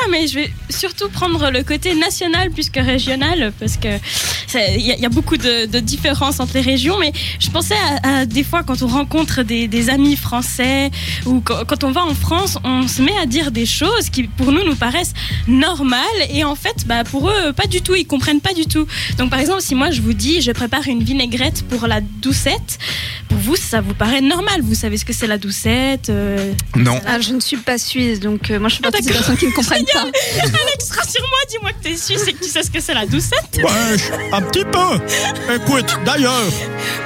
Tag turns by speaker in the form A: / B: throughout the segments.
A: Ah, mais je vais surtout prendre le côté national plus que régional, parce que il y, y, a beaucoup de, de, différences entre les régions. Mais je pensais à, à des fois quand on rencontre des, des amis français ou quand, quand, on va en France, on se met à dire des choses qui pour nous nous paraissent normales et en fait, bah, pour eux, pas du tout. Ils comprennent pas du tout. Donc par exemple, si moi je vous dis, je prépare une vinaigrette pour la doucette, pour vous, ça vous paraît normal. Vous savez ce que c'est la doucette euh...
B: Non.
C: Ah, je ne suis pas suisse, donc euh, moi je suis pas ah, de ces personnes qui ne comprennent pas.
A: Alex, rassure-moi, dis-moi que tu es suisse et que tu sais ce que c'est la doucette.
D: Ouais, un petit peu. Écoute, d'ailleurs.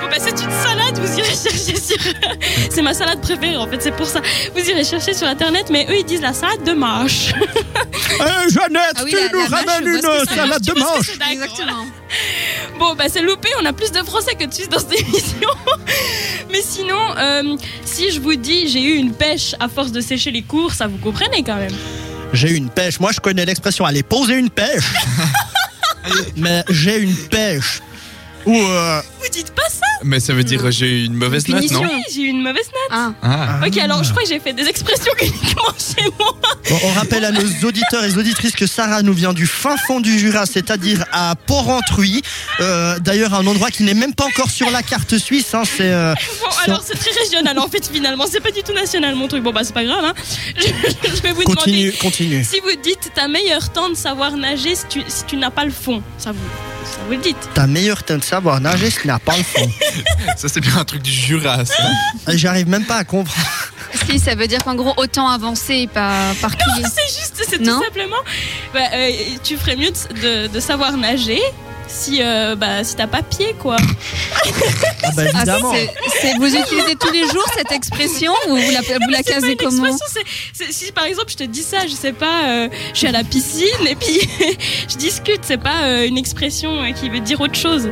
A: Bon, bah, c'est une salade, vous irez chercher sur. c'est ma salade préférée, en fait, c'est pour ça. Vous irez chercher sur internet, mais eux ils disent la salade de mâche.
D: Eh, hey, Jeannette, ah oui, tu la, nous la ramènes une salade, salade de mâche.
C: Exactement.
A: Bon, bah c'est loupé, on a plus de Français que de Suisses dans cette émission. Mais sinon, euh, si je vous dis j'ai eu une pêche à force de sécher les courses, ça vous comprenez quand même.
E: J'ai eu une pêche. Moi, je connais l'expression aller poser une pêche. Mais j'ai une pêche.
A: Ou. Euh... Vous dites pas ça
B: Mais ça veut dire mmh. j'ai eu une mauvaise
A: une
B: note, non
A: J'ai eu une mauvaise note. Ah. Ah. Ok, alors je crois que j'ai fait des expressions uniquement chez moi.
E: Bon, on rappelle à nos auditeurs et auditrices que Sarah nous vient du fin fond du Jura, c'est-à-dire à, à Porrentruy. Euh, D'ailleurs, un endroit qui n'est même pas encore sur la carte suisse. Hein, c'est. Euh,
A: bon, alors c'est très régional en fait, finalement. C'est pas du tout national mon truc. Bon, bah c'est pas grave. Hein. Je, je, vais vous
E: continue,
A: demander.
E: Continue.
A: Si vous dites ta meilleure temps de savoir nager si tu, si tu n'as pas le fond, ça vous ça vous le dites.
E: Ta meilleure teinte de savoir nager, ce n'a pas le fond.
B: ça, c'est bien un truc du Jura, ça.
E: J'arrive même pas à comprendre.
C: Si, ça veut dire qu'en gros, autant avancer et pas par
A: Non, c'est juste, c'est tout simplement. Bah, euh, tu ferais mieux de, de, de savoir nager si, euh, bah, si t'as pas pied, quoi.
E: Ah bah évidemment. Ah, c
C: est, c est, vous utilisez tous les jours cette expression ou vous la, vous la casez comment
A: c'est, Si par exemple je te dis ça, je sais pas, euh, je suis à la piscine et puis je discute, c'est pas euh, une expression euh, qui veut dire autre chose.